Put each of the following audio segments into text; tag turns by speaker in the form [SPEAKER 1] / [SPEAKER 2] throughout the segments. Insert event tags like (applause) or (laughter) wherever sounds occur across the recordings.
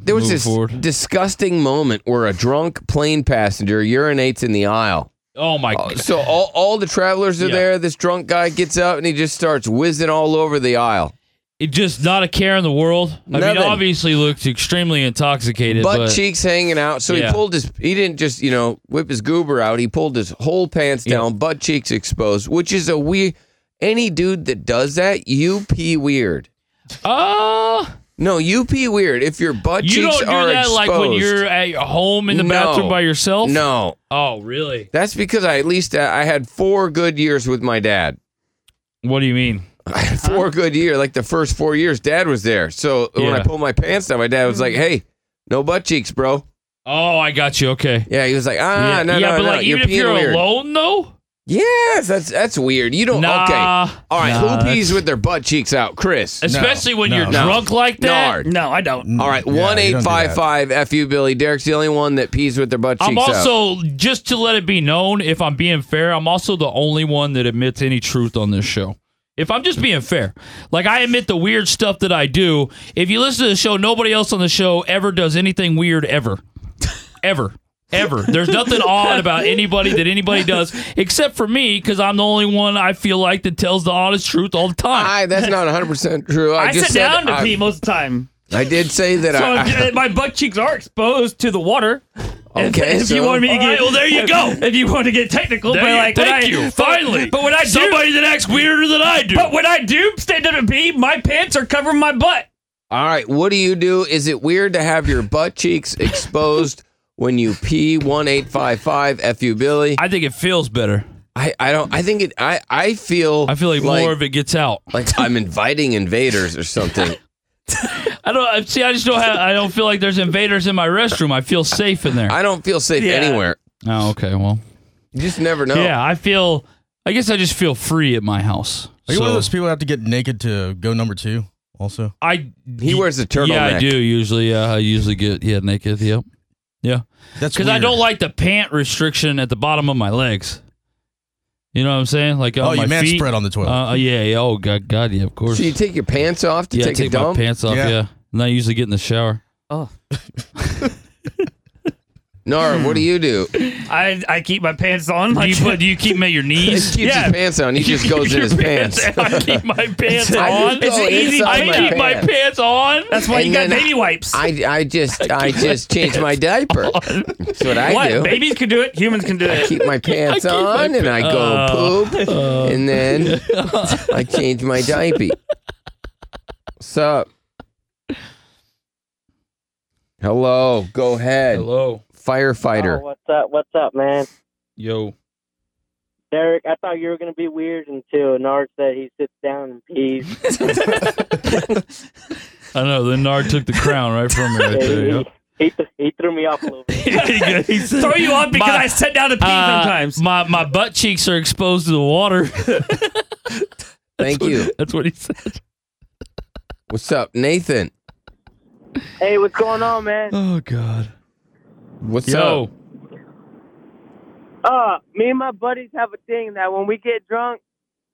[SPEAKER 1] There was
[SPEAKER 2] Moving
[SPEAKER 1] this
[SPEAKER 2] forward.
[SPEAKER 1] disgusting moment where a drunk plane passenger urinates in the aisle.
[SPEAKER 2] Oh my
[SPEAKER 1] Uh,
[SPEAKER 2] god.
[SPEAKER 1] So all, all the travelers are
[SPEAKER 2] Yeah.
[SPEAKER 1] there. This drunk guy gets up and he just starts whizzing all over the aisle.
[SPEAKER 2] It just not a care in the world. I
[SPEAKER 1] Nothing.
[SPEAKER 2] mean, obviously looked extremely intoxicated,
[SPEAKER 1] Butt
[SPEAKER 2] but
[SPEAKER 1] cheeks hanging out. So
[SPEAKER 2] Yeah.
[SPEAKER 1] he pulled his. He didn't just you know whip his goober out. He pulled his whole pants
[SPEAKER 2] Yeah.
[SPEAKER 1] down, butt cheeks exposed, which is a weird. Any dude that does that, you pee weird.
[SPEAKER 2] uh,
[SPEAKER 1] No, you pee weird. If your butt
[SPEAKER 2] you
[SPEAKER 1] cheeks
[SPEAKER 2] don't do
[SPEAKER 1] are
[SPEAKER 2] that
[SPEAKER 1] exposed,
[SPEAKER 2] like when you're at your home in the
[SPEAKER 1] No.
[SPEAKER 2] bathroom by yourself.
[SPEAKER 1] no.
[SPEAKER 2] Oh, really?
[SPEAKER 1] That's because I at least uh, I had four good years with my dad.
[SPEAKER 2] What do you mean?
[SPEAKER 1] I had (laughs) four good years, like the first four years, dad was there. So when I
[SPEAKER 2] Yeah.
[SPEAKER 1] pulled my pants down, my dad was like, "Hey, no butt cheeks, bro."
[SPEAKER 2] Oh, I got you. Okay.
[SPEAKER 1] Yeah, he was like, "Ah,
[SPEAKER 2] yeah,
[SPEAKER 1] no,
[SPEAKER 2] yeah,
[SPEAKER 1] no,
[SPEAKER 2] but
[SPEAKER 1] no,
[SPEAKER 2] like
[SPEAKER 1] you're
[SPEAKER 2] even if
[SPEAKER 1] peeing
[SPEAKER 2] you're
[SPEAKER 1] weird."
[SPEAKER 2] alone though.
[SPEAKER 1] Yes, that's that's weird. You don't.
[SPEAKER 2] Nah,
[SPEAKER 1] okay, all right.
[SPEAKER 3] Nah,
[SPEAKER 1] who pees
[SPEAKER 3] that's-
[SPEAKER 1] with their butt cheeks out, Chris?
[SPEAKER 2] Especially when
[SPEAKER 3] no,
[SPEAKER 2] you're
[SPEAKER 3] no.
[SPEAKER 2] drunk like that.
[SPEAKER 1] Nard.
[SPEAKER 3] No, I don't.
[SPEAKER 1] All right,
[SPEAKER 4] Yeah,
[SPEAKER 1] one
[SPEAKER 4] you don't
[SPEAKER 1] eight
[SPEAKER 4] do
[SPEAKER 1] five five. Fu Billy. Derek's the only one that pees with their butt cheeks
[SPEAKER 2] I'm
[SPEAKER 1] out.
[SPEAKER 2] also just to let it be known, if I'm being fair, I'm also the only one that admits any truth on this show. If I'm just being fair, like I admit the weird stuff that I do. If you listen to the show, nobody else on the show ever does anything weird ever, ever, ever. There's nothing odd about anybody that anybody does, except for me, because I'm the only one I feel like that tells the honest truth all the time.
[SPEAKER 1] I, that's not 100 percent true. I,
[SPEAKER 3] I,
[SPEAKER 1] just
[SPEAKER 3] sit
[SPEAKER 1] said
[SPEAKER 3] down to
[SPEAKER 1] I,
[SPEAKER 3] pee most of the time.
[SPEAKER 1] I did say that
[SPEAKER 3] So
[SPEAKER 1] I, I-
[SPEAKER 3] uh, my butt cheeks are exposed to the water. If-
[SPEAKER 1] (laughs) Okay,
[SPEAKER 3] If, you
[SPEAKER 1] so-
[SPEAKER 3] want me to
[SPEAKER 2] All
[SPEAKER 3] get,
[SPEAKER 2] right, well, there you go.
[SPEAKER 3] If you want to get technical,
[SPEAKER 2] There
[SPEAKER 3] but
[SPEAKER 2] you-
[SPEAKER 3] like, when
[SPEAKER 2] thank
[SPEAKER 3] I-
[SPEAKER 2] you.
[SPEAKER 3] but-
[SPEAKER 2] Finally,
[SPEAKER 3] But when I do,
[SPEAKER 2] somebody that acts weirder than I do.
[SPEAKER 3] but when I do stand up and pee, my pants are covering my butt.
[SPEAKER 1] All right, what do you do? Is it weird to have your butt cheeks exposed when you pee? One eight five five fu Billy.
[SPEAKER 2] I think it feels better.
[SPEAKER 1] I, I don't. I think it. I I feel.
[SPEAKER 2] I feel like, more of it gets out.
[SPEAKER 1] Like I'm inviting invaders or
[SPEAKER 2] (laughs)
[SPEAKER 1] something.
[SPEAKER 2] I don't I- see. I just don't have. I don't feel like there's invaders in my restroom. I feel safe in there.
[SPEAKER 1] I don't feel safe
[SPEAKER 3] Yeah.
[SPEAKER 1] anywhere.
[SPEAKER 2] oh, okay. Well,
[SPEAKER 1] You just never know.
[SPEAKER 2] yeah. I feel. I guess I just feel free at my house.
[SPEAKER 4] Are you one of
[SPEAKER 2] So
[SPEAKER 4] those people that have to get naked to go number two? Also,
[SPEAKER 2] I.
[SPEAKER 1] He wears a turtleneck.
[SPEAKER 2] Yeah, I do usually. Uh, I usually get yeah naked. Yep. Yeah,
[SPEAKER 4] that's
[SPEAKER 2] because I
[SPEAKER 4] weird.
[SPEAKER 2] don't like the pant restriction at the bottom of my legs. You know what I'm saying? Like on
[SPEAKER 4] oh,
[SPEAKER 2] my
[SPEAKER 4] you man
[SPEAKER 2] feet.
[SPEAKER 4] spread on the toilet.
[SPEAKER 2] Uh, yeah, yeah. Oh God, God, yeah. Of course.
[SPEAKER 1] So you take your pants off to
[SPEAKER 2] yeah,
[SPEAKER 1] take,
[SPEAKER 2] take
[SPEAKER 1] a dump.
[SPEAKER 2] my pants off.
[SPEAKER 4] Yeah.
[SPEAKER 2] Yeah. and I usually get in the shower.
[SPEAKER 1] Nora, what do you
[SPEAKER 2] (laughs)
[SPEAKER 1] do?
[SPEAKER 3] I I keep my pants on.
[SPEAKER 2] Do
[SPEAKER 3] Like,
[SPEAKER 2] you put? Do
[SPEAKER 3] (laughs)
[SPEAKER 2] you keep them at your
[SPEAKER 1] He (laughs)
[SPEAKER 2] knees?
[SPEAKER 1] keeps
[SPEAKER 3] Yeah.
[SPEAKER 1] his pants
[SPEAKER 2] (laughs)
[SPEAKER 1] on. He just goes in
[SPEAKER 2] Your
[SPEAKER 1] his
[SPEAKER 3] (laughs)
[SPEAKER 1] pants.
[SPEAKER 2] I keep my
[SPEAKER 1] (laughs)
[SPEAKER 2] pants
[SPEAKER 1] I just
[SPEAKER 2] on.
[SPEAKER 1] go
[SPEAKER 2] It's easy.
[SPEAKER 1] inside
[SPEAKER 2] I
[SPEAKER 1] my
[SPEAKER 2] keep my
[SPEAKER 1] pants.
[SPEAKER 2] pants on.
[SPEAKER 3] that's why
[SPEAKER 1] and
[SPEAKER 3] you got
[SPEAKER 1] then
[SPEAKER 3] baby wipes.
[SPEAKER 1] (laughs) I, I just
[SPEAKER 2] (laughs)
[SPEAKER 1] I just change my diaper. That's what I
[SPEAKER 3] what
[SPEAKER 1] do.
[SPEAKER 3] babies can do it, humans can
[SPEAKER 1] (laughs)
[SPEAKER 3] do
[SPEAKER 2] (laughs)
[SPEAKER 3] it.
[SPEAKER 1] keep my pants
[SPEAKER 2] keep my Uh,
[SPEAKER 1] on and I go poop and
[SPEAKER 2] (laughs)
[SPEAKER 1] then I change my diaper. Sup? Hello, go ahead.
[SPEAKER 2] Hello,
[SPEAKER 5] Oh,
[SPEAKER 1] Firefighter.
[SPEAKER 5] what's up? What's up, man?
[SPEAKER 2] yo.
[SPEAKER 5] Derek, I thought you were gonna be weird until Nard said he sits down and pees.
[SPEAKER 2] I know. Then Nard took the crown right from me right
[SPEAKER 5] And
[SPEAKER 2] there.
[SPEAKER 5] he,
[SPEAKER 2] yep. (laughs)
[SPEAKER 5] he, he threw me off a little bit.
[SPEAKER 3] (laughs) Throw you off because
[SPEAKER 2] My-
[SPEAKER 3] I sit down to pee
[SPEAKER 2] Uh,
[SPEAKER 3] sometimes.
[SPEAKER 2] my my butt cheeks are exposed to the water. (laughs)
[SPEAKER 1] Thank you.
[SPEAKER 2] That's what he said.
[SPEAKER 1] What's up, Nathan?
[SPEAKER 5] hey, what's going on, man?
[SPEAKER 2] Oh God.
[SPEAKER 1] What's
[SPEAKER 2] Yo,
[SPEAKER 1] up?
[SPEAKER 5] Uh, me and my buddies have a thing that when we get drunk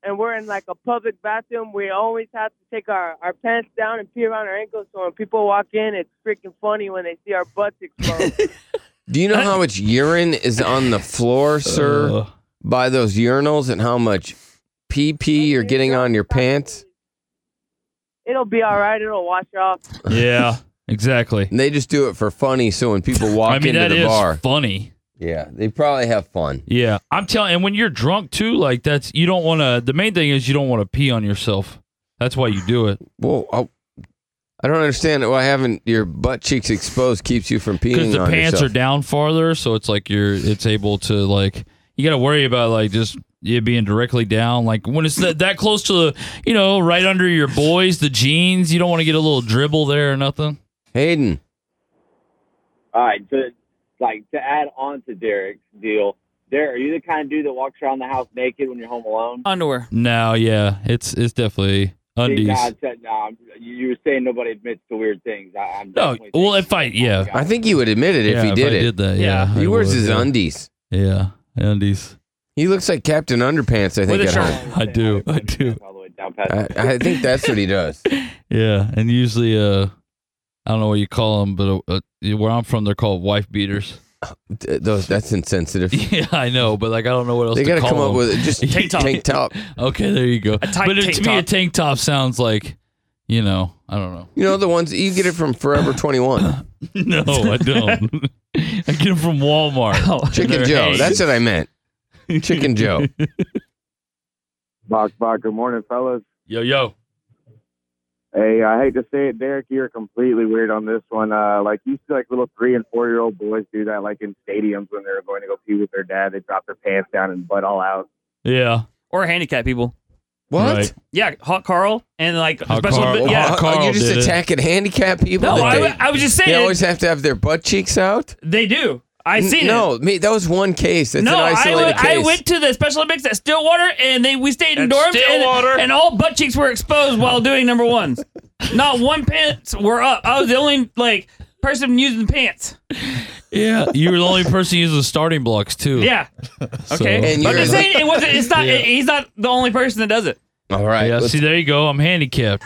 [SPEAKER 5] and we're in like a public bathroom, we always have to take our, our pants down and pee around our ankles. So when people walk in, it's freaking funny when they see our butts exposed.
[SPEAKER 1] Do you know how much urine is on the floor, sir,
[SPEAKER 2] Uh,
[SPEAKER 1] by those urinals and how much pee pee you're getting on your pants?
[SPEAKER 5] It'll be all right. It'll wash off.
[SPEAKER 2] yeah. (laughs) Exactly.
[SPEAKER 1] And they just do it for funny so when people walk
[SPEAKER 2] I mean
[SPEAKER 1] into
[SPEAKER 2] that
[SPEAKER 1] the
[SPEAKER 2] is
[SPEAKER 1] bar.
[SPEAKER 2] funny.
[SPEAKER 1] Yeah, they probably have fun.
[SPEAKER 2] Yeah, I'm telling. And when you're drunk too, like that's you don't want to. The main thing is you don't want to pee on yourself. That's why you do it.
[SPEAKER 1] Well, I, oh. I don't understand why having your butt cheeks exposed keeps you from peeing
[SPEAKER 2] because the
[SPEAKER 1] on
[SPEAKER 2] pants
[SPEAKER 1] yourself.
[SPEAKER 2] are down farther, so it's like you're it's able to like you got to worry about like just it being directly down. Like when it's that, that close to the you know right under your boys, the jeans, you don't want to get a little dribble there or nothing.
[SPEAKER 1] Hayden,
[SPEAKER 6] All right, to like to add on to Derek's deal, Derek, are you the kind of dude that walks around the house naked when you're home alone?
[SPEAKER 3] Underwear.
[SPEAKER 2] No, yeah, it's it's definitely
[SPEAKER 6] Thank
[SPEAKER 2] undies.
[SPEAKER 6] God said, no, I'm, you you were saying nobody admits to weird things. I, I'm
[SPEAKER 2] No,
[SPEAKER 6] definitely
[SPEAKER 2] well
[SPEAKER 6] thinking-
[SPEAKER 2] if I yeah,
[SPEAKER 1] I think he would admit it if
[SPEAKER 2] yeah,
[SPEAKER 1] he did
[SPEAKER 2] I
[SPEAKER 1] it.
[SPEAKER 2] did that, yeah,
[SPEAKER 3] Yeah.
[SPEAKER 2] I
[SPEAKER 1] he wears
[SPEAKER 2] would,
[SPEAKER 1] his
[SPEAKER 2] yeah.
[SPEAKER 1] undies.
[SPEAKER 2] Yeah, undies.
[SPEAKER 1] He looks like Captain Underpants. I think
[SPEAKER 3] a
[SPEAKER 1] at
[SPEAKER 3] shirt.
[SPEAKER 1] home.
[SPEAKER 2] I do, I do.
[SPEAKER 6] All the way down past.
[SPEAKER 2] (laughs)
[SPEAKER 1] I, I think that's what he does.
[SPEAKER 2] Yeah, and usually uh I don't know what you call them, but uh, uh, where I'm from, they're called wife beaters. (laughs)
[SPEAKER 1] Th- Those that's insensitive.
[SPEAKER 2] yeah, I know, but like I don't know what else.
[SPEAKER 1] They
[SPEAKER 2] to
[SPEAKER 1] got to
[SPEAKER 2] call
[SPEAKER 1] come up
[SPEAKER 2] them.
[SPEAKER 1] with just
[SPEAKER 2] (laughs)
[SPEAKER 3] Tank top.
[SPEAKER 1] Tank top.
[SPEAKER 2] Okay, there you go.
[SPEAKER 3] tight
[SPEAKER 2] but it-
[SPEAKER 3] tank
[SPEAKER 2] to me, a
[SPEAKER 3] top.
[SPEAKER 2] tank top sounds like, you know, I don't know.
[SPEAKER 1] You know the ones you get it from Forever
[SPEAKER 2] (coughs)
[SPEAKER 1] Twenty One,
[SPEAKER 2] (laughs) No, (laughs) I don't. Oh. I get them from Walmart.
[SPEAKER 1] Chicken
[SPEAKER 2] They're
[SPEAKER 1] Joe.
[SPEAKER 2] hay.
[SPEAKER 1] That's what I meant. Chicken Joe.
[SPEAKER 6] Bach, Bach, good morning, fellas.
[SPEAKER 2] (laughs) Yo, yo.
[SPEAKER 6] Hey, I hate to say it, Derek, you're completely weird on this one. Uh, like you see, like little three and four year old boys do that, like in stadiums when they're going to go pee with their dad. They drop their pants down and butt all out.
[SPEAKER 2] Yeah.
[SPEAKER 3] or handicapped people.
[SPEAKER 1] What?
[SPEAKER 2] Right.
[SPEAKER 3] Yeah, hot Carl and like
[SPEAKER 2] Hot
[SPEAKER 3] special.
[SPEAKER 2] Carl.
[SPEAKER 3] Carl. Yeah,
[SPEAKER 1] Are-
[SPEAKER 2] Hot
[SPEAKER 1] are
[SPEAKER 2] Carl
[SPEAKER 1] you just
[SPEAKER 2] did it.
[SPEAKER 1] attacking handicapped people?
[SPEAKER 3] no,
[SPEAKER 1] that
[SPEAKER 3] I,
[SPEAKER 1] they,
[SPEAKER 3] I was just
[SPEAKER 1] they
[SPEAKER 3] saying
[SPEAKER 1] always have to have their butt cheeks out.
[SPEAKER 3] they do. I
[SPEAKER 1] N-
[SPEAKER 3] seen it.
[SPEAKER 1] No, me. That was one case. That's
[SPEAKER 3] no,
[SPEAKER 1] an
[SPEAKER 3] I
[SPEAKER 1] isolated
[SPEAKER 3] went, I
[SPEAKER 1] case.
[SPEAKER 3] went to the Special Olympics at Stillwater, and they we stayed in
[SPEAKER 2] At
[SPEAKER 3] dorms,
[SPEAKER 2] Stillwater?
[SPEAKER 3] and, and all butt cheeks were exposed while doing
[SPEAKER 1] (laughs)
[SPEAKER 3] number ones. Not one pants were up. I was the only like person using pants.
[SPEAKER 2] Yeah. You were the only person using starting blocks, too.
[SPEAKER 3] Yeah,
[SPEAKER 2] So-
[SPEAKER 3] okay.
[SPEAKER 1] And
[SPEAKER 3] But I'm
[SPEAKER 1] you're
[SPEAKER 3] just
[SPEAKER 1] like-
[SPEAKER 3] saying it wasn't. It's not. He's not the only person that does it.
[SPEAKER 1] All right.
[SPEAKER 2] Yeah,
[SPEAKER 1] let's-
[SPEAKER 2] see, there you go. I'm handicapped.